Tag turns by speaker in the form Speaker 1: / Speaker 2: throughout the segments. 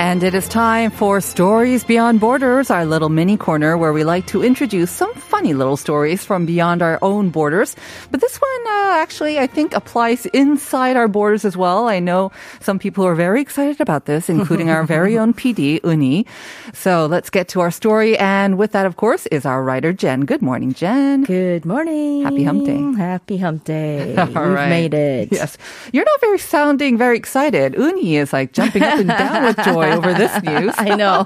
Speaker 1: And it is time for Stories Beyond Borders, our little mini corner where we like to introduce some funny little stories from beyond our own borders. But this one uh, actually, I think, applies inside our borders as well. I know some people are very excited about this, including our very own PD, Uni. So let's get to our story. And with that, of course, is our writer, Jen. Good morning, Jen.
Speaker 2: Good morning.
Speaker 1: Happy hump day.
Speaker 2: Happy hump day. We've made it.
Speaker 1: Yes. You're not very sounding very excited. Uni is like jumping up and down with joy over this news.
Speaker 2: I know.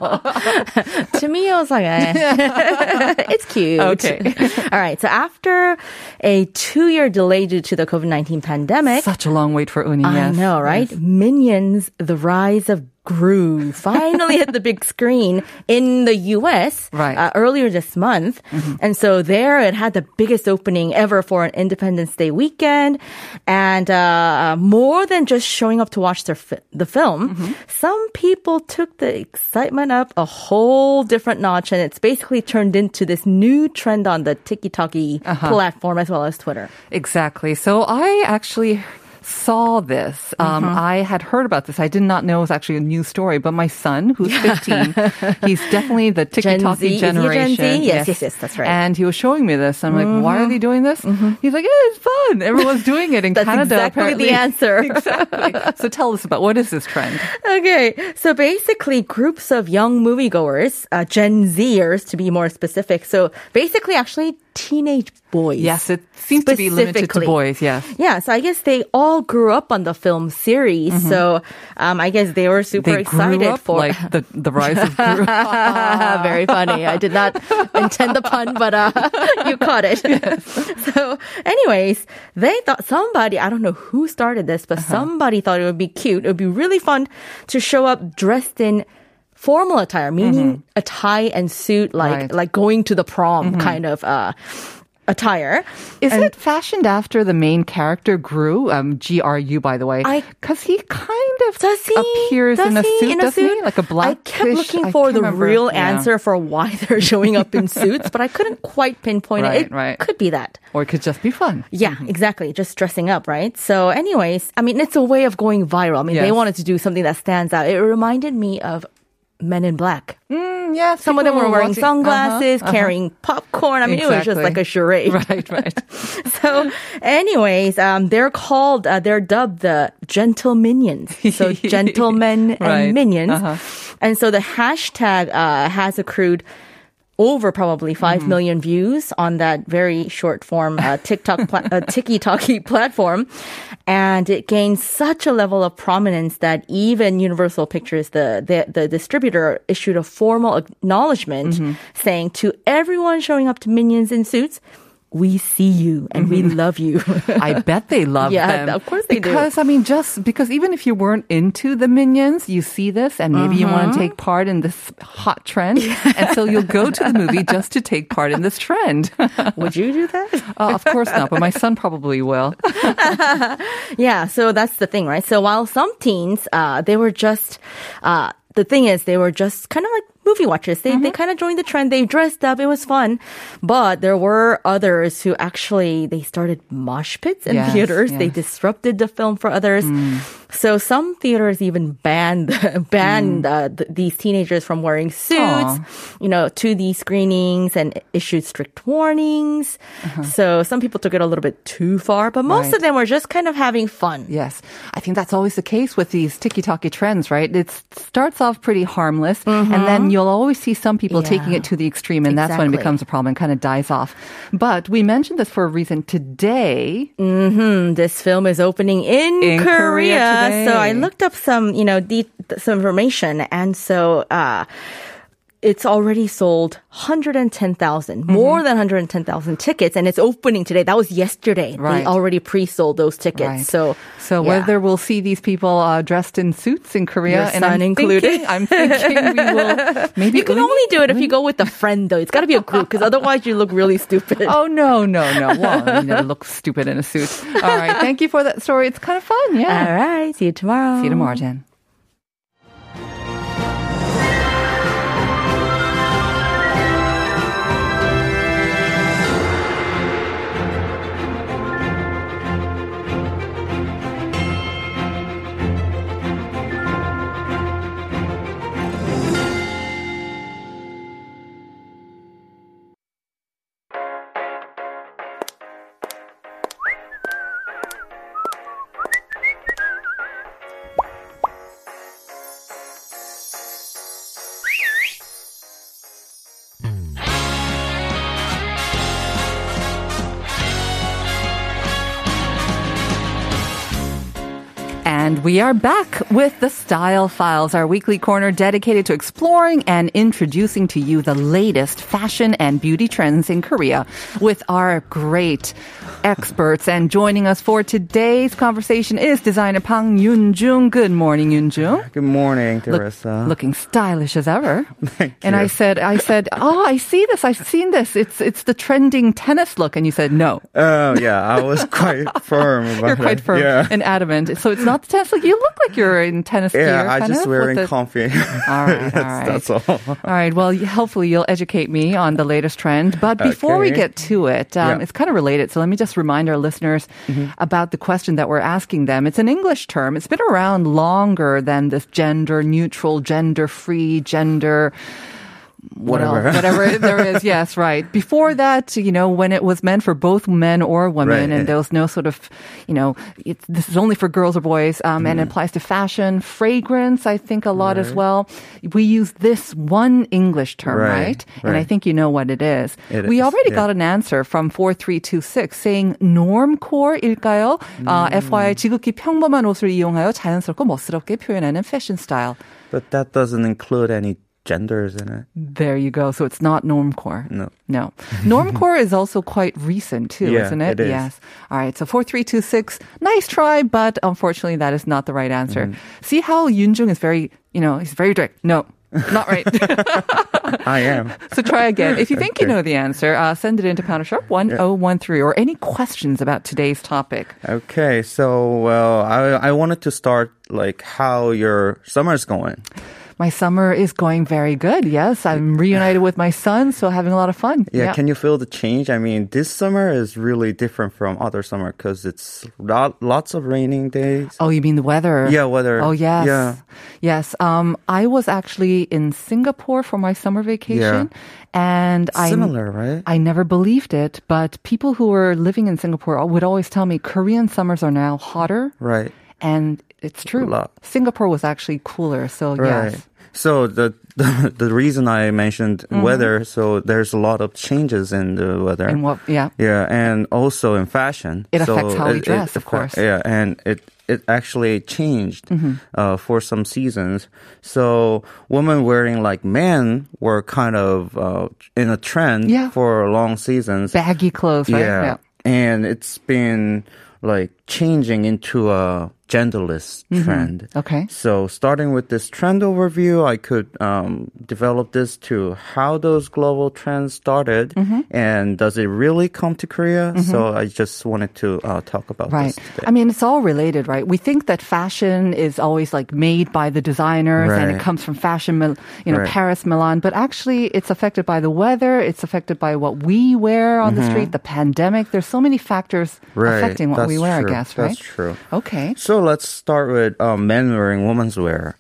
Speaker 2: to me, I was like, eh. it's cute.
Speaker 1: Okay.
Speaker 2: All right. So after a two-year delay due to the COVID-19 pandemic,
Speaker 1: Such a long wait for Uni,
Speaker 2: I
Speaker 1: yes.
Speaker 2: know, right? Minions: The Rise of Gru finally hit the big screen in the U.S.
Speaker 1: Right. Mm-hmm.
Speaker 2: uh, earlier this month, and so there it had the biggest opening ever for an Independence Day weekend, and uh, more than just showing up to watch their fi- the film.
Speaker 1: Mm-hmm.
Speaker 2: Some people took the excitement up a whole different notch, and it's basically turned into this new trend on the TikTok
Speaker 1: Uh-huh.
Speaker 2: platform as well as Twitter.
Speaker 1: Exactly. So I actually saw this. Um,
Speaker 2: Mm-hmm.
Speaker 1: I had heard about this. I did not know it was actually a new story, but my son, who's 15, he's definitely the
Speaker 2: Gen
Speaker 1: TikTok
Speaker 2: Z. Is he Gen
Speaker 1: generation.
Speaker 2: Z? Yes, yes, yes, that's right. Mm-hmm.
Speaker 1: And he was showing me this. I'm like, why are they doing this? He's like, yeah, it's fun. Everyone's doing it in
Speaker 2: That's
Speaker 1: Canada.
Speaker 2: exactly
Speaker 1: apparently.
Speaker 2: the answer.
Speaker 1: exactly. So tell us about what is this trend?
Speaker 2: Okay, so basically, groups of young moviegoers, uh, Gen Zers to be more specific. So basically, actually, teenage boys.
Speaker 1: Yes, it seems to be limited to
Speaker 2: Specifically.
Speaker 1: boys. Yes.
Speaker 2: Yeah, so I guess they all grew up on the film series. So um, I guess they were super
Speaker 1: Mm-hmm. They
Speaker 2: excited
Speaker 1: grew up
Speaker 2: for.
Speaker 1: like the, the rise of group.
Speaker 2: Very funny. I did not intend the pun, but uh, you caught it. So, anyways, they thought somebody, I don't know who started this, but somebody thought it would be cute. It would be really fun to show up dressed in formal attire, meaning a tie and suit, like
Speaker 1: Right.
Speaker 2: like going to the prom kind of uh, attire.
Speaker 1: Is it fashioned after the main character Gru? Um, G R U, by the way.
Speaker 2: I-
Speaker 1: Because he kind of
Speaker 2: Does he
Speaker 1: appears
Speaker 2: does
Speaker 1: in a
Speaker 2: he
Speaker 1: suit,
Speaker 2: in
Speaker 1: doesn't
Speaker 2: suit?
Speaker 1: he? Like a black.
Speaker 2: I kept looking for the real answer for why they're showing up in suits, but I couldn't quite pinpoint
Speaker 1: Right,
Speaker 2: it. It
Speaker 1: right. Mm-hmm.
Speaker 2: could be that.
Speaker 1: Or it could just be fun.
Speaker 2: Yeah, exactly. Just dressing up, right? So, anyways, I mean, it's a way of going viral. I mean, they
Speaker 1: Yes.
Speaker 2: wanted to do something that stands out. It reminded me of Men in Black.
Speaker 1: yeah,
Speaker 2: Mm, Some of them were wearing
Speaker 1: Uh-huh.
Speaker 2: sunglasses, carrying popcorn. I mean, it was just
Speaker 1: Exactly.
Speaker 2: like a charade.
Speaker 1: Right, right.
Speaker 2: So, anyways, um, they're called, uh, they're dubbed the Gentle Minions. So, gentlemen
Speaker 1: Right.
Speaker 2: and minions.
Speaker 1: Uh-huh.
Speaker 2: And so the hashtag uh, has accrued over probably five million views on that very short form uh, TikTok, pla- uh, tiki-taki platform. And it gained such a level of prominence that even Universal Pictures, the, the, the distributor, issued a formal acknowledgment saying to everyone showing up to Minions in suits, we see you and we love you.
Speaker 1: I bet they love
Speaker 2: Yeah,
Speaker 1: them.
Speaker 2: of course they do.
Speaker 1: Because I mean, just because even if you weren't into the minions, you see this, and maybe you want to
Speaker 2: Uh-huh.
Speaker 1: take part in this hot trend, and so you'll go to the movie just to take part in this trend.
Speaker 2: Would you do that?
Speaker 1: Uh, of course not, but my son probably will.
Speaker 2: Yeah, so that's the thing, right? So while some teens, uh, they were just, uh, the thing is, they were just kind of like movie watchers. They,
Speaker 1: Mm-hmm.
Speaker 2: they kind of joined the trend. They dressed up. It was fun. But there were others who actually, they started mosh pits in
Speaker 1: Yes,
Speaker 2: theaters. They
Speaker 1: yes.
Speaker 2: disrupted the film for others.
Speaker 1: Mm.
Speaker 2: So some theaters even banned, banned uh, th- these teenagers from wearing suits,
Speaker 1: Mm. Aw.
Speaker 2: you know, to these screenings and issued strict warnings. So some people took it a little bit too far, but most
Speaker 1: Uh-huh. Right.
Speaker 2: of them were just kind of having fun.
Speaker 1: Yes. I think that's always the case with these ticky tacky trends, right? It starts off pretty harmless, and then you'll always see some people
Speaker 2: Mm-hmm. Yeah.
Speaker 1: taking it to the extreme, and that's when it becomes
Speaker 2: Exactly.
Speaker 1: a problem and kind of dies off. But we mentioned this for a reason. Today,
Speaker 2: this film is opening in,
Speaker 1: In Korea today.
Speaker 2: so I looked up some, you know, de- some information, and so uh, it's already sold 110,000,
Speaker 1: Mm-hmm.
Speaker 2: more than 110,000 tickets, and it's opening today. That was yesterday.
Speaker 1: Right.
Speaker 2: They already pre-sold those
Speaker 1: Right.
Speaker 2: tickets. So,
Speaker 1: so
Speaker 2: yeah.
Speaker 1: whether we'll see these people uh, dressed in suits in Korea,
Speaker 2: Your
Speaker 1: and I'm
Speaker 2: son
Speaker 1: thinking,
Speaker 2: included.
Speaker 1: I'm thinking we will maybe
Speaker 2: you can only do it if you go with a friend, though. It's got to be a group because otherwise you look really stupid.
Speaker 1: Oh no no no! Well, you never look stupid in a suit. All right, thank you for that story. It's kind of fun.
Speaker 2: All
Speaker 1: Yeah.
Speaker 2: right. See you tomorrow.
Speaker 1: See you tomorrow, Jen. And we are back with the Style Files, our weekly corner dedicated to exploring and introducing to you the latest fashion and beauty trends in Korea with our great experts. And joining us for today's conversation is designer Pang Yunjung. Good morning, Yunjung.
Speaker 3: Good morning,
Speaker 1: Look-
Speaker 3: Teresa.
Speaker 1: looking stylish as ever.
Speaker 3: Thank
Speaker 1: and
Speaker 3: you.
Speaker 1: I said, I said, oh, I see this. I've seen this. It's it's the trending tennis look. And you said, no,
Speaker 3: Oh, yeah, I was quite firm about
Speaker 1: you're quite
Speaker 3: it.
Speaker 1: firm
Speaker 3: Yeah.
Speaker 1: and adamant. So it's not the tennis look. You look like you're in tennis gear.
Speaker 3: yeah, I
Speaker 1: kind
Speaker 3: just
Speaker 1: of,
Speaker 3: wearing
Speaker 1: with the-
Speaker 3: comfy.
Speaker 1: All right, all right.
Speaker 3: that's, that's all.
Speaker 1: All right. Well, y- hopefully you'll educate me on the latest trend. But before we
Speaker 3: Okay.
Speaker 1: get to it, um,
Speaker 3: Yeah. Mm-hmm.
Speaker 1: it's kind of related. So let me just remind our listeners about the question that we're asking them. It's an English term. It's been around longer than this gender neutral, gender free, gender. what else-
Speaker 3: Whatever.
Speaker 1: whatever there is. Yes, right. Before that, you know, when it was meant for both men or women,
Speaker 3: Right.
Speaker 1: and there was no sort of, you know, it's, this is only for girls or boys, um, and it
Speaker 3: Mm-hmm.
Speaker 1: applies to fashion, fragrance, I think a lot as well. We use this one English term, right?
Speaker 3: Right,
Speaker 1: And I
Speaker 3: right.
Speaker 1: think you know what it is.
Speaker 3: It
Speaker 1: we
Speaker 3: is,
Speaker 1: already
Speaker 3: yeah.
Speaker 1: got an answer from 4326 saying normcore일까요? Uh,
Speaker 3: Mm.
Speaker 1: FYI, 지극히 평범한 옷을 이용하여 자연스럽고 멋스럽게 표현하는 fashion style.
Speaker 3: But that doesn't include any genders in it.
Speaker 1: There you go. So it's not normcore.
Speaker 3: No.
Speaker 1: No. Normcore is also quite recent too,
Speaker 3: Yeah,
Speaker 1: isn't it?
Speaker 3: it is.
Speaker 1: Yes. All right. So 4326. Nice try, but unfortunately that is not the right answer.
Speaker 3: Mm-hmm.
Speaker 1: See how Yunjung is very, you know, he's very direct. No. Not right.
Speaker 3: I am.
Speaker 1: so try again. If you think you
Speaker 3: Okay.
Speaker 1: know the answer, uh, send it into Pounder Sharp 1013 or any questions about today's topic.
Speaker 3: Okay, so well, I I wanted to start like how your summer's going.
Speaker 1: My summer is going very good. Yes. I'm reunited with my son, so having a lot of fun.
Speaker 3: Yeah, can you feel the change? I mean, this summer is really different from other summer because it's lot, lots of raining days.
Speaker 1: Oh, you mean the weather?
Speaker 3: Yeah, weather.
Speaker 1: Oh, yes.
Speaker 3: Yeah.
Speaker 1: Yes. Um, I was actually in Singapore for my summer vacation. And I.
Speaker 3: Similar, right?
Speaker 1: I never believed it, but people who were living in Singapore would always tell me Korean summers are now hotter.
Speaker 3: right.
Speaker 1: And it's true.
Speaker 3: Lot.
Speaker 1: Singapore was actually cooler. So,
Speaker 3: Right.
Speaker 1: yes.
Speaker 3: So the, the reason I mentioned
Speaker 1: Mm-hmm.
Speaker 3: weather, so there's a lot of changes in the weather.
Speaker 1: And what, yeah.
Speaker 3: Yeah, and also in fashion.
Speaker 1: It affects how we dress, of
Speaker 3: affect-
Speaker 1: course. Mm-hmm.
Speaker 3: Yeah, and it it actually changed uh, for some seasons. So women wearing like men were kind of uh, in a trend
Speaker 1: Yeah.
Speaker 3: for long seasons.
Speaker 1: Baggy clothes, right?
Speaker 3: yeah. and it's been like changing into a genderless
Speaker 1: Mm-hmm.
Speaker 3: trend.
Speaker 1: Okay.
Speaker 3: So starting with this trend overview, I could um, develop this to how those global trends started
Speaker 1: Mm-hmm.
Speaker 3: and does it really come to Korea? So I just wanted to uh, talk about
Speaker 1: Right.
Speaker 3: this today.
Speaker 1: I mean, it's all related, right? We think that fashion is always like made by the designers and it
Speaker 3: Right.
Speaker 1: comes from fashion, Mil- you know,
Speaker 3: Right.
Speaker 1: Paris, Milan, but actually it's affected by the weather. It's affected by what we wear on the street, the pandemic. There's so many factors
Speaker 3: Mm-hmm. Right.
Speaker 1: affecting what we
Speaker 3: That's
Speaker 1: wear, I
Speaker 3: true.
Speaker 1: guess, right? Oh.
Speaker 3: That's true.
Speaker 1: Okay.
Speaker 3: So let's start with uh, men wearing women's wear.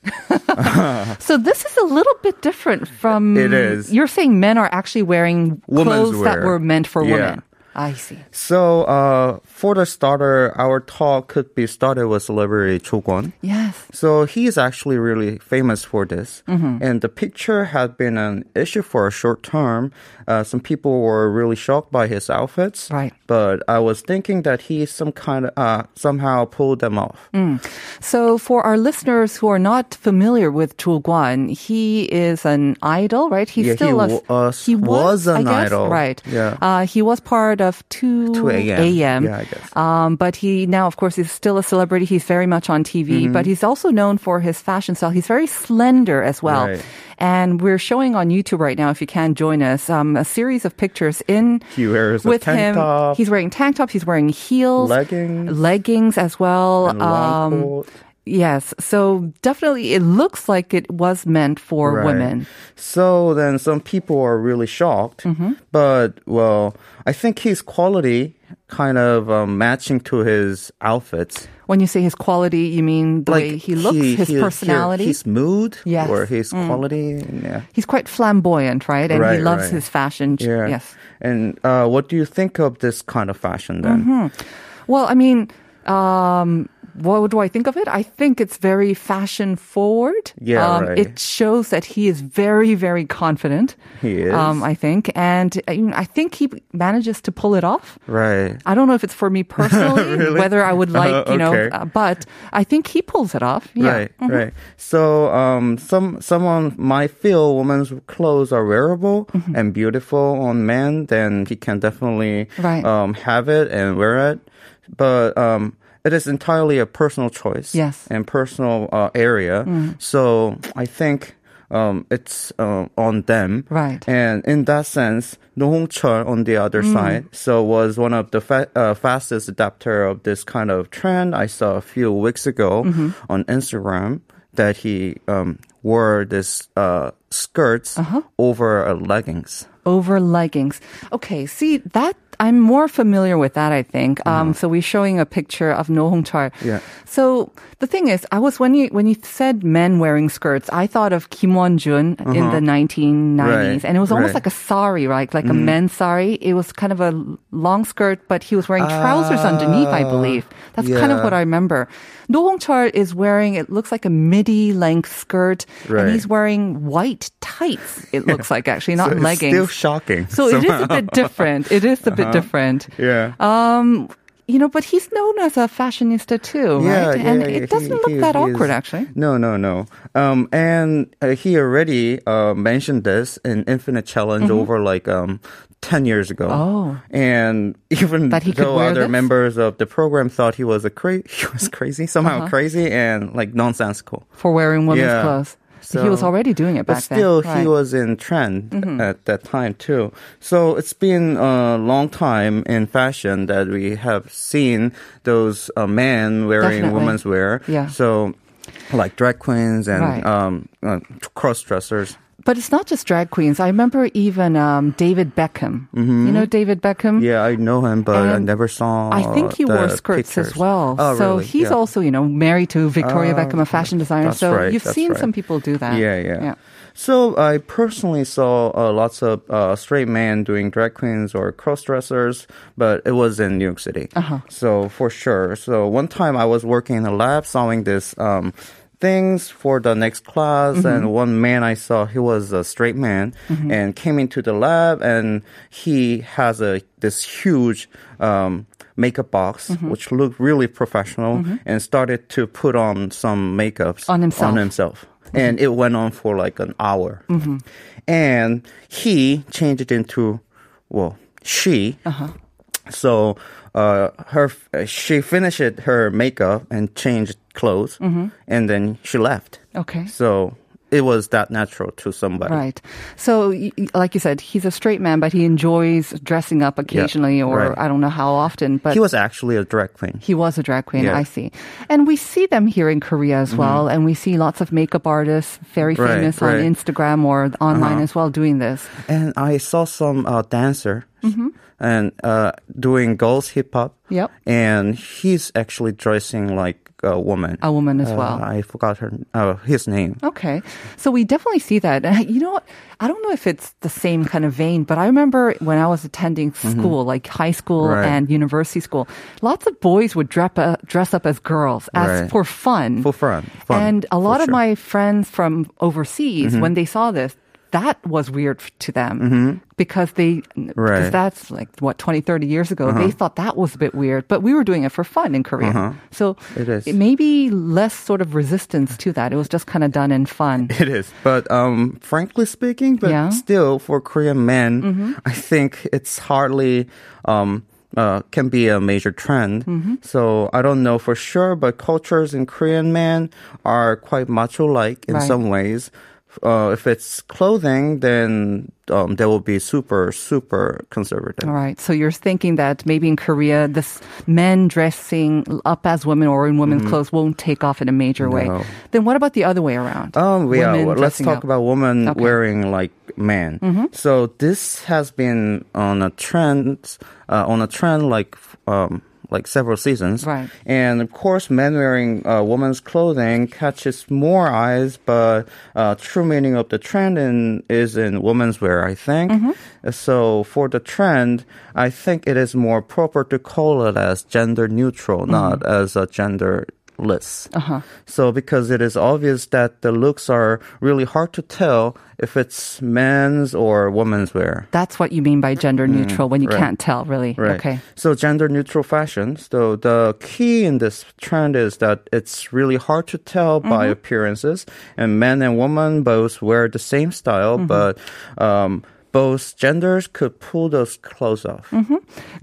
Speaker 1: So this is a little bit different from.
Speaker 3: It is.
Speaker 1: You're saying men are actually wearing
Speaker 3: Women's
Speaker 1: clothes that
Speaker 3: wear.
Speaker 1: were meant for
Speaker 3: Yeah.
Speaker 1: women. I see.
Speaker 3: So uh, for the starter, our talk could be started with celebrity Cho Kwon.
Speaker 1: Yes.
Speaker 3: So he is actually really famous for this.
Speaker 1: Mm-hmm.
Speaker 3: And the picture had been an issue for a short term. Uh, some people were really shocked by his outfits.
Speaker 1: Right.
Speaker 3: But I was thinking that he some kind of uh, somehow pulled them off.
Speaker 1: Mm. So, for our listeners who are not familiar with Chu Guan, he is an idol, right? He
Speaker 3: Yeah,
Speaker 1: still
Speaker 3: he
Speaker 1: loves-
Speaker 3: wa- us-
Speaker 1: he
Speaker 3: was
Speaker 1: I
Speaker 3: an
Speaker 1: guess,
Speaker 3: idol.
Speaker 1: right?
Speaker 3: Yeah.
Speaker 1: uh, he was part of two
Speaker 3: 2 a.m..
Speaker 1: a.m.
Speaker 3: Yeah, I guess.
Speaker 1: Um, but he now, of course, is still a celebrity. He's very much on TV,
Speaker 3: Mm-hmm.
Speaker 1: but he's also known for his fashion style. He's very slender as well.
Speaker 3: Right.
Speaker 1: And we're showing on YouTube right now, if you can join us, um, a series of pictures in
Speaker 3: He wears a
Speaker 1: with him.
Speaker 3: tank top.
Speaker 1: He's wearing tank tops. He's wearing heels,
Speaker 3: Leggings.
Speaker 1: leggings as well. um,
Speaker 3: And long coat.
Speaker 1: Yes. So definitely it looks like it was meant for
Speaker 3: Right.
Speaker 1: women.
Speaker 3: So then some people are really shocked.
Speaker 1: Mm-hmm.
Speaker 3: But, well, I think his quality kind of um, matching to his outfits.
Speaker 1: When you say his quality, you mean the way he looks, his
Speaker 3: he-
Speaker 1: personality.
Speaker 3: his mood,
Speaker 1: Yes. Mm.
Speaker 3: or his quality. Yeah.
Speaker 1: He's quite flamboyant, right? And he
Speaker 3: Right,
Speaker 1: loves
Speaker 3: right.
Speaker 1: his fashion.
Speaker 3: Yeah.
Speaker 1: Yes.
Speaker 3: And
Speaker 1: Mm-hmm.
Speaker 3: uh, what do you think of this kind of fashion then?
Speaker 1: Well, I mean, um, what do I think of it? I think it's very fashion forward. Um,
Speaker 3: Yeah, right.
Speaker 1: It shows that he is very, very confident.
Speaker 3: He is.
Speaker 1: Um, I think, and I, mean, I think he manages to pull it off.
Speaker 3: Right.
Speaker 1: I don't know if it's for me personally,
Speaker 3: Really?
Speaker 1: whether I would like,
Speaker 3: Uh,
Speaker 1: you know,
Speaker 3: okay.
Speaker 1: uh, but I think he pulls it off. Yeah.
Speaker 3: Right, right. So um, some someone might feel women's clothes are wearable
Speaker 1: Mm-hmm.
Speaker 3: and beautiful on men, then he can definitely
Speaker 1: Right.
Speaker 3: um, have it and wear it. But um, it is entirely a personal choice
Speaker 1: Yes. Mm.
Speaker 3: and personal uh, area. So I think um, it's uh, on them.
Speaker 1: Right. Mm.
Speaker 3: And in that sense, No Hong Chul on the other side, so was one of the fa- uh, fastest adapter of this kind of trend. I saw a few weeks ago
Speaker 1: Mm-hmm.
Speaker 3: on Instagram that he um, wore this uh, skirts
Speaker 1: Uh-huh.
Speaker 3: over uh, leggings.
Speaker 1: Over leggings. Okay. See that. I'm more familiar with that, I think. Um, So we're showing a picture of No Hong Char.
Speaker 3: Mm-hmm. Yeah.
Speaker 1: So the thing is, I was when you when you said men wearing skirts, I thought of Kim Won Jun in the 1990s,
Speaker 3: Uh-huh. Right,
Speaker 1: and it was almost
Speaker 3: right.
Speaker 1: like a
Speaker 3: Mm-hmm.
Speaker 1: sari, right? Like a men's sari. It was kind of a l- long skirt, but he was wearing trousers underneath, I believe. That's kind of
Speaker 3: Ah, yeah.
Speaker 1: what I remember. No Hong Char is wearing. It looks like a midi length skirt, and
Speaker 3: Right.
Speaker 1: he's wearing white tights. It looks like actually not
Speaker 3: So it's
Speaker 1: leggings.
Speaker 3: Still shocking.
Speaker 1: so
Speaker 3: Uh-huh.
Speaker 1: it is a bit different. It is a bit different.
Speaker 3: yeah.
Speaker 1: Um, you know, but he's known as a fashionista too, right? and it doesn't
Speaker 3: he-
Speaker 1: look
Speaker 3: he-
Speaker 1: that
Speaker 3: he
Speaker 1: awkward,
Speaker 3: is-
Speaker 1: actually.
Speaker 3: No, no, no. Um, and uh, he already uh, mentioned this in Infinite Challenge over like um, 10 years ago.
Speaker 1: Mm-hmm. Oh.
Speaker 3: And even
Speaker 1: That he could
Speaker 3: though
Speaker 1: wear
Speaker 3: other
Speaker 1: this?
Speaker 3: members of the program thought he was a cra- he was crazy, somehow
Speaker 1: Uh-huh.
Speaker 3: crazy and like nonsensical.
Speaker 1: for wearing women's
Speaker 3: Yeah.
Speaker 1: clothes. he was
Speaker 3: So-
Speaker 1: already doing it back
Speaker 3: But still,
Speaker 1: then. Right.
Speaker 3: he
Speaker 1: Mm-hmm.
Speaker 3: was in trend at that time too. So it's been a long time in fashion that we have seen those uh, men wearing
Speaker 1: Definitely.
Speaker 3: women's wear.
Speaker 1: Yeah.
Speaker 3: So, like drag queens and
Speaker 1: Right.
Speaker 3: um, uh, cross dressers.
Speaker 1: But it's not just drag queens. I remember even um, David Beckham. You know David Beckham?
Speaker 3: Mm-hmm. Yeah, I know him, but I
Speaker 1: And
Speaker 3: never saw.
Speaker 1: I think he
Speaker 3: the
Speaker 1: wore skirts as
Speaker 3: pictures.
Speaker 1: well.
Speaker 3: Oh,
Speaker 1: so
Speaker 3: really?
Speaker 1: he's
Speaker 3: Yeah.
Speaker 1: also, you know, married to Victoria
Speaker 3: Oh,
Speaker 1: Beckham, a fashion designer.
Speaker 3: That's
Speaker 1: So
Speaker 3: right,
Speaker 1: you've
Speaker 3: that's
Speaker 1: seen
Speaker 3: right.
Speaker 1: some people do that.
Speaker 3: Yeah, yeah. So I personally saw uh, lots of uh, straight men doing drag queens or cross dressers, but it was in New York City.
Speaker 1: Uh-huh.
Speaker 3: So for sure. So one time I was working in a lab sewing this. Um, things for the next class and
Speaker 1: Mm-hmm.
Speaker 3: one man i saw he was a straight man and came into the lab and he has a this huge um, makeup box
Speaker 1: Mm-hmm.
Speaker 3: which looked really professional and started to put on some makeups
Speaker 1: On himself.
Speaker 3: on himself. And it went on for like an hour.
Speaker 1: Mm-hmm.
Speaker 3: And he changed it into, well, she.
Speaker 1: Uh-huh.
Speaker 3: So uh, her, she finished her makeup and changed clothes, and then she left.
Speaker 1: Mm-hmm. Okay.
Speaker 3: So it was that natural to somebody.
Speaker 1: Right. So, y- y- like you said, he's a straight man, but he enjoys dressing up occasionally, or
Speaker 3: right.
Speaker 1: I don't know how often. But
Speaker 3: He was actually a drag queen.
Speaker 1: He was a drag queen,
Speaker 3: Yeah. Mm-hmm.
Speaker 1: I see. And we see them here in Korea as well. And we see lots of makeup artists, very
Speaker 3: Right,
Speaker 1: famous on
Speaker 3: right. Uh-huh.
Speaker 1: Instagram or online as well, doing this.
Speaker 3: And I saw some uh, dancer and uh, doing girls hip hop.
Speaker 1: Mm-hmm. Yep.
Speaker 3: And he's actually dressing like a woman.
Speaker 1: A woman as
Speaker 3: Uh,
Speaker 1: well.
Speaker 3: I forgot her uh, his name.
Speaker 1: Okay. So we definitely see that. And you know what? I don't know if it's the same kind of vein, but I remember when I was attending school, like high school
Speaker 3: Mm-hmm. Right.
Speaker 1: and university school, lots of boys would dress up, dress up as girls as
Speaker 3: Right.
Speaker 1: for fun.
Speaker 3: For fun, fun,
Speaker 1: And a
Speaker 3: for
Speaker 1: lot of
Speaker 3: sure. Mm-hmm.
Speaker 1: my friends from overseas, when they saw this, that was weird f- to them because they, because
Speaker 3: Right.
Speaker 1: that's like what, 20, 30 years ago, they
Speaker 3: Uh-huh.
Speaker 1: thought that was a bit weird, but we were doing it for fun in Korea. So
Speaker 3: It is.
Speaker 1: maybe less sort of resistance to that. It was just kind of done in fun.
Speaker 3: It is. But um, frankly speaking, but
Speaker 1: Yeah. Mm-hmm.
Speaker 3: still, for Korean men, I think it's hardly. Um, uh, can be a major trend.
Speaker 1: Mm-hmm.
Speaker 3: So I don't know for sure, but cultures in Korean men are quite macho like in
Speaker 1: Right.
Speaker 3: some ways. Uh, if it's clothing, then um, they will be super, super conservative.
Speaker 1: All right. So you're thinking that maybe in Korea, this men dressing up as women or in women's clothes won't take off in a major way.
Speaker 3: Mm-hmm. No.
Speaker 1: Then what about the other way around?
Speaker 3: Um, we are.
Speaker 1: Women
Speaker 3: well, Let's
Speaker 1: dressing up.
Speaker 3: talk about women
Speaker 1: Okay. Mm-hmm.
Speaker 3: wearing like men. So this has been on a trend, uh, on a trend like um, like several seasons.
Speaker 1: Right.
Speaker 3: And of course, men wearing uh, women's clothing catches more eyes, but uh, true meaning of the trend in, is in women's wear, I think. So for the trend, I think it is more proper to call it as gender neutral, not as a gender lists. So because it is obvious that the looks are really hard to tell if it's men's or women's wear.
Speaker 1: That's what you mean by gender neutral when you can't tell, really.
Speaker 3: Mm-hmm. Right.
Speaker 1: Okay.
Speaker 3: So gender neutral fashion. So the key in this trend is that it's really hard to tell by appearances, and men and women both wear the same style, but um, both genders could pull those clothes off.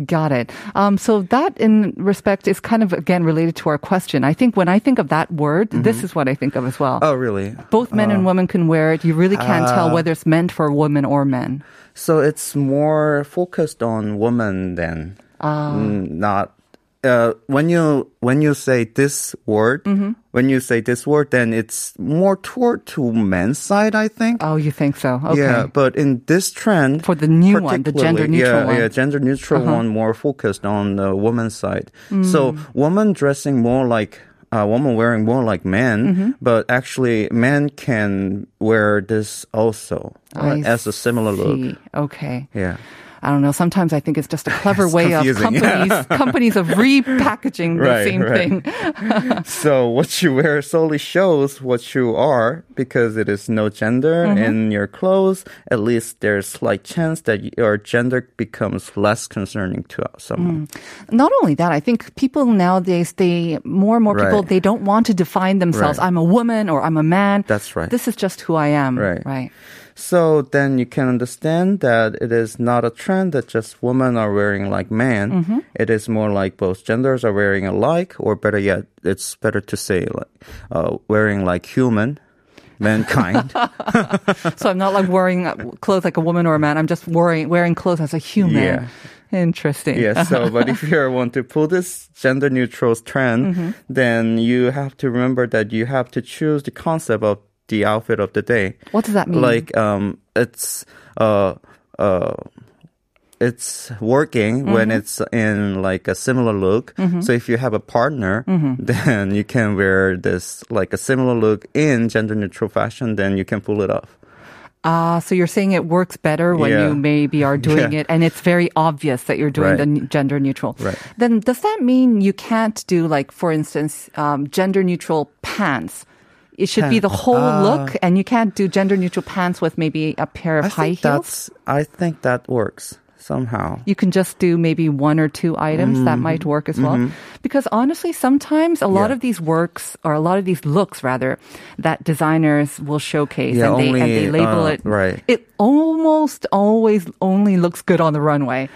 Speaker 1: Got it. Um, so that, in respect, is kind of again related to our question. I think when I think of that word, this is what I think of as well.
Speaker 3: Mm-hmm. Oh, Ah. really?
Speaker 1: Both men and women can wear it. You really can't tell whether it's meant for women or men.
Speaker 3: So it's more focused on women than mm, not. Uh, when you when you say this word, when you say this word, then it's more toward to men's side, I think.
Speaker 1: Oh, you think so? Okay.
Speaker 3: Yeah, but in this trend
Speaker 1: For the new one, the
Speaker 3: particularly-
Speaker 1: gender-neutral
Speaker 3: yeah,
Speaker 1: one. Uh-huh.
Speaker 3: yeah, gender neutral one more focused on the woman's side.
Speaker 1: Mm.
Speaker 3: So woman dressing more like uh, woman wearing more like men,
Speaker 1: Mm-hmm.
Speaker 3: but actually men can wear this also uh,
Speaker 1: I
Speaker 3: as a similar look.
Speaker 1: See. Okay.
Speaker 3: Yeah.
Speaker 1: I don't know. Sometimes I think it's just a clever
Speaker 3: It's
Speaker 1: way of
Speaker 3: confusing.
Speaker 1: companies companies of repackaging the
Speaker 3: Right,
Speaker 1: same
Speaker 3: right.
Speaker 1: thing.
Speaker 3: So what you wear solely shows what you are because it is no gender
Speaker 1: Mm-hmm.
Speaker 3: in your clothes. At least there's slight chance that your gender becomes less concerning to
Speaker 1: Mm.
Speaker 3: someone.
Speaker 1: Not only that, I think people nowadays they more and more people
Speaker 3: Right.
Speaker 1: they don't want to define themselves.
Speaker 3: Right.
Speaker 1: I'm a woman or I'm a man.
Speaker 3: That's right.
Speaker 1: This is just who I am.
Speaker 3: Right.
Speaker 1: Right.
Speaker 3: So then you can understand that it is not a trend that just women are wearing like men. It is more like both genders are wearing alike, or better yet, it's better to say like uh, wearing like human, mankind.
Speaker 1: So I'm not like wearing uh, clothes like a woman or a man. I'm just wearing wearing clothes as a human.
Speaker 3: Yeah.
Speaker 1: Interesting.
Speaker 3: Yes. So, but if you want to pull this gender neutral trend, then you have to remember that you have to choose the concept of the outfit of the day.
Speaker 1: What does that mean?
Speaker 3: Like, um, it's uh, uh, it's working when
Speaker 1: Mm-hmm.
Speaker 3: it's in like a similar look. So if you have a partner,
Speaker 1: Mm-hmm.
Speaker 3: then you can wear this like a similar look in gender neutral fashion. Then you can pull it off.
Speaker 1: Ah, so you're saying it works better when
Speaker 3: Yeah.
Speaker 1: you maybe are doing
Speaker 3: Yeah.
Speaker 1: it, and it's very obvious that you're doing
Speaker 3: Right.
Speaker 1: the n- gender neutral.
Speaker 3: Right.
Speaker 1: Then does that mean you can't do like, for instance, um, gender neutral pants? It should be the whole
Speaker 3: Ah.
Speaker 1: look, and you can't do gender neutral pants with maybe a pair of high
Speaker 3: I think
Speaker 1: heels.
Speaker 3: that's. I think that works somehow.
Speaker 1: You can just do maybe one or two items that might work as well. Because honestly, sometimes a lot
Speaker 3: Mm-hmm. Yeah.
Speaker 1: of these works or a lot of these looks rather that designers will showcase and,
Speaker 3: Yeah,
Speaker 1: they, and they
Speaker 3: only,
Speaker 1: label
Speaker 3: uh,
Speaker 1: it.
Speaker 3: right.
Speaker 1: It almost always only looks good on the runway.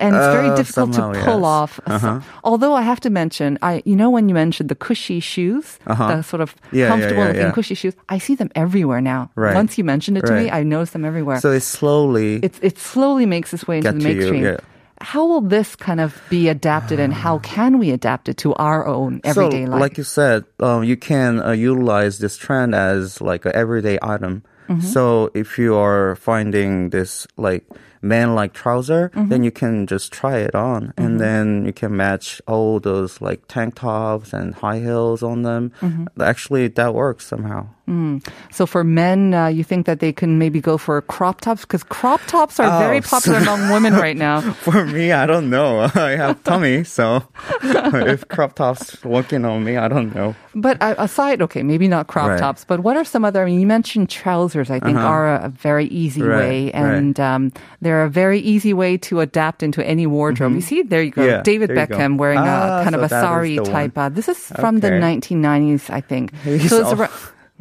Speaker 1: And it's very
Speaker 3: Uh,
Speaker 1: difficult
Speaker 3: somehow,
Speaker 1: to pull
Speaker 3: yes. Uh-huh.
Speaker 1: off. So- although I have to mention, I you know when you mentioned the cushy shoes, the sort of
Speaker 3: Uh-huh. Yeah, yeah,
Speaker 1: comfortable
Speaker 3: yeah,
Speaker 1: looking
Speaker 3: yeah.
Speaker 1: cushy shoes, I see them everywhere now.
Speaker 3: Right.
Speaker 1: Once you mentioned it to me, I
Speaker 3: Right.
Speaker 1: noticed them everywhere
Speaker 3: So it's slowly.
Speaker 1: it, it slowly makes its way into the
Speaker 3: Get to you,
Speaker 1: mainstream.
Speaker 3: yeah.
Speaker 1: How will this kind of be adapted and how can we adapt it to our own everyday
Speaker 3: so,
Speaker 1: life?
Speaker 3: like you said, um, you can uh, utilize this trend as like an everyday item.
Speaker 1: Mm-hmm.
Speaker 3: So if you are finding this like man-like trouser,
Speaker 1: Mm-hmm.
Speaker 3: then you can just try it on, and then you can match all those like tank tops and high heels on them.
Speaker 1: Mm-hmm.
Speaker 3: Actually, that works somehow.
Speaker 1: Mm. so for men, uh, you think that they can maybe go for crop tops because crop tops are
Speaker 3: Oh,
Speaker 1: very popular among women right now.
Speaker 3: For me, I don't know. I have tummy, so if crop tops working on me, I don't know.
Speaker 1: But uh, aside, okay, maybe not crop
Speaker 3: Right. Uh-huh.
Speaker 1: tops, but what are some other? I mean, you mentioned trousers. I think are a, a very easy way,
Speaker 3: Right, right.
Speaker 1: and um, they're a very easy way to adapt into any wardrobe. You see, there you go.
Speaker 3: Mm-hmm. Yeah,
Speaker 1: David
Speaker 3: there you go.
Speaker 1: Beckham wearing a
Speaker 3: Ah,
Speaker 1: kind of
Speaker 3: so
Speaker 1: a
Speaker 3: that is
Speaker 1: sari
Speaker 3: the
Speaker 1: type. Uh,
Speaker 3: one.
Speaker 1: this is from the
Speaker 3: Okay.
Speaker 1: 1990s, I think.
Speaker 3: He's
Speaker 1: so it's
Speaker 3: all,
Speaker 1: ar-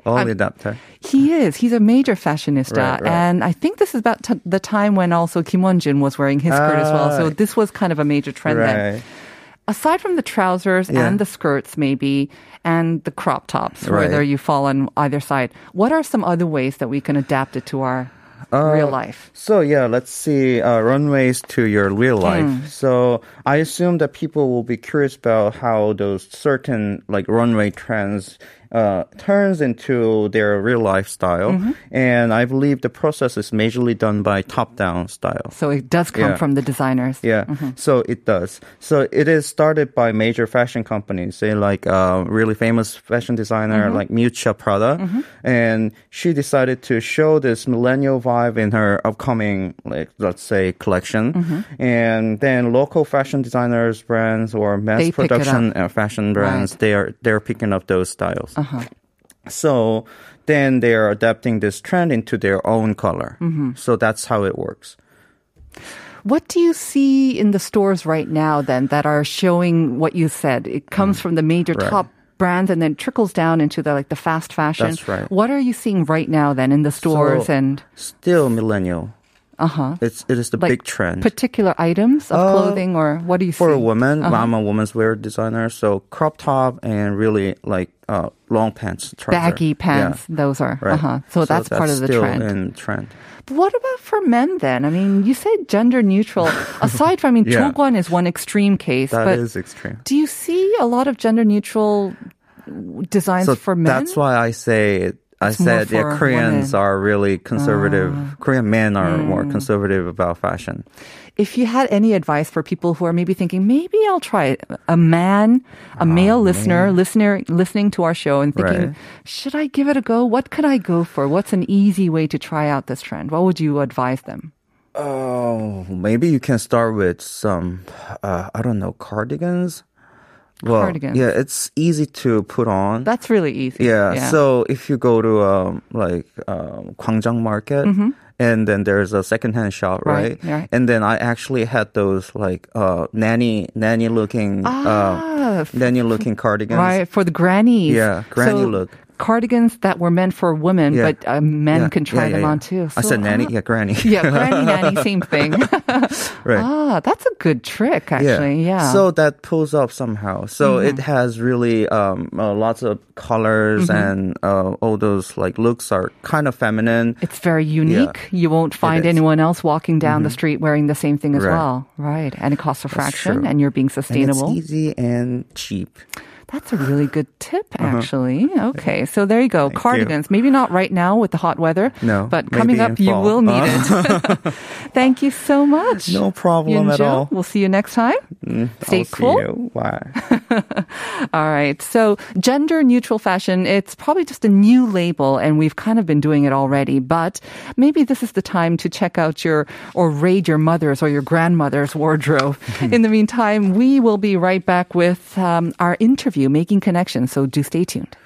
Speaker 3: all
Speaker 1: I'm-
Speaker 3: adapter.
Speaker 1: he is. He's a major fashionista,
Speaker 3: Right, right.
Speaker 1: and I think this is about t- the time when also Kim Won Jin was wearing his skirt as well.
Speaker 3: Ah.
Speaker 1: So this was kind of a major trend then
Speaker 3: Right.
Speaker 1: aside from the trousers
Speaker 3: Yeah.
Speaker 1: and the skirts maybe and the crop tops
Speaker 3: Right.
Speaker 1: whether you fall on either side what are some other ways that we can adapt it to our
Speaker 3: Uh,
Speaker 1: real life
Speaker 3: So yeah, let's see uh, runways to your real life. So I assume that people will be curious about how those certain like runway trends uh, turns into their real lifestyle. And I believe the process is majorly done by top-down style.
Speaker 1: So it does come
Speaker 3: Yeah.
Speaker 1: from the designers.
Speaker 3: Yeah, so it does. So it is started by major fashion companies, say like uh, really famous fashion designer
Speaker 1: Mm-hmm.
Speaker 3: like Miuccia Prada, and she decided to show this millennial vibe in her upcoming, like let's say, collection.
Speaker 1: Mm-hmm.
Speaker 3: And then local fashion designers, brands, or mass
Speaker 1: They pick it
Speaker 3: production uh, fashion brands,
Speaker 1: Right. Uh-huh.
Speaker 3: they are they're picking up those styles. So then they are adapting this trend into their own color.
Speaker 1: Mm-hmm.
Speaker 3: So that's how it works.
Speaker 1: What do you see in the stores right now then that are showing what you said? It comes from the major
Speaker 3: Mm. right.
Speaker 1: top brands and then trickles down into the like the fast fashion.
Speaker 3: That's right.
Speaker 1: What are you seeing right now then in the stores
Speaker 3: So,
Speaker 1: and Uh-huh.
Speaker 3: still millennial. Uh huh. It's it is the
Speaker 1: like
Speaker 3: big trend. Uh,
Speaker 1: particular items of clothing or what do you
Speaker 3: for
Speaker 1: see?
Speaker 3: a woman, I'm a woman's wear designer, so crop top and really like uh, long pants, trouser.
Speaker 1: Baggy
Speaker 3: Yeah,
Speaker 1: pants, those are.
Speaker 3: right.
Speaker 1: Uh-huh. So, that's, part of the
Speaker 3: still
Speaker 1: trend.
Speaker 3: in trend.
Speaker 1: But what about for men then? I mean, you said gender neutral. Aside from, I mean,
Speaker 3: Yeah.
Speaker 1: Choguan is one extreme case.
Speaker 3: That
Speaker 1: but
Speaker 3: is extreme.
Speaker 1: do you see a lot of gender neutral designs
Speaker 3: So
Speaker 1: for men?
Speaker 3: that's why I say I
Speaker 1: more
Speaker 3: said
Speaker 1: for
Speaker 3: yeah, Koreans
Speaker 1: women. Ah. Hmm.
Speaker 3: are really conservative. Korean men are more conservative about fashion.
Speaker 1: If you had any advice for people who are maybe thinking, maybe I'll try it, a man, a male listener, listener listening to our show and thinking,
Speaker 3: Right.
Speaker 1: should I give it a go? What could I go for? What's an easy way to try out this trend? What would you advise them?
Speaker 3: Oh, maybe you can start with some, uh, I don't know, cardigans. Well,
Speaker 1: Cardigans.
Speaker 3: yeah, it's easy to put on.
Speaker 1: That's really easy.
Speaker 3: Yeah, So if you go to um, like um, Gwangjang Market, and then there's a secondhand shop,
Speaker 1: Mm-hmm. Right,
Speaker 3: right?
Speaker 1: right.
Speaker 3: And then I actually had those like uh, nanny nanny looking
Speaker 1: Ah,
Speaker 3: uh, nanny looking cardigans.
Speaker 1: right for the grannies.
Speaker 3: Yeah,
Speaker 1: So
Speaker 3: granny look.
Speaker 1: Cardigans that were meant for women,
Speaker 3: Yeah.
Speaker 1: but uh, men
Speaker 3: Yeah,
Speaker 1: can try
Speaker 3: yeah, yeah,
Speaker 1: them
Speaker 3: yeah.
Speaker 1: on too.
Speaker 3: I
Speaker 1: So,
Speaker 3: said nanny,
Speaker 1: ah,
Speaker 3: yeah, granny.
Speaker 1: yeah, granny nanny, same thing.
Speaker 3: right.
Speaker 1: ah, that's a good trick, actually. Yeah. Mm-hmm.
Speaker 3: So that pulls up somehow. So it has really um, uh, lots of colors
Speaker 1: Mm-hmm.
Speaker 3: and uh, all those like looks are kind of feminine.
Speaker 1: It's very unique. You won't find
Speaker 3: is. Mm-hmm.
Speaker 1: anyone else walking down the street wearing the same thing as
Speaker 3: Right.
Speaker 1: well. Right. And it costs a fraction
Speaker 3: true.
Speaker 1: and you're being
Speaker 3: And it's
Speaker 1: sustainable.
Speaker 3: easy and cheap.
Speaker 1: That's a really good tip,
Speaker 3: Uh-huh.
Speaker 1: actually. Okay. So there you go. Cardigans. Maybe not right now with the hot weather.
Speaker 3: No,
Speaker 1: But
Speaker 3: maybe
Speaker 1: coming up,
Speaker 3: in
Speaker 1: you
Speaker 3: fall. Uh-huh.
Speaker 1: will need it. Thank you so much.
Speaker 3: No problem
Speaker 1: Yun
Speaker 3: at
Speaker 1: Jo.
Speaker 3: all. Mm,
Speaker 1: We'll see you next time. Stay
Speaker 3: I'll
Speaker 1: cool.
Speaker 3: See you. Bye.
Speaker 1: All right. So, gender neutral fashion, it's probably just a new label, and we've kind of been doing it already. But maybe this is the time to check out your or raid your mother's or your grandmother's wardrobe. In the meantime, we will be right back with um, our interview, Making Connections. So, do stay tuned.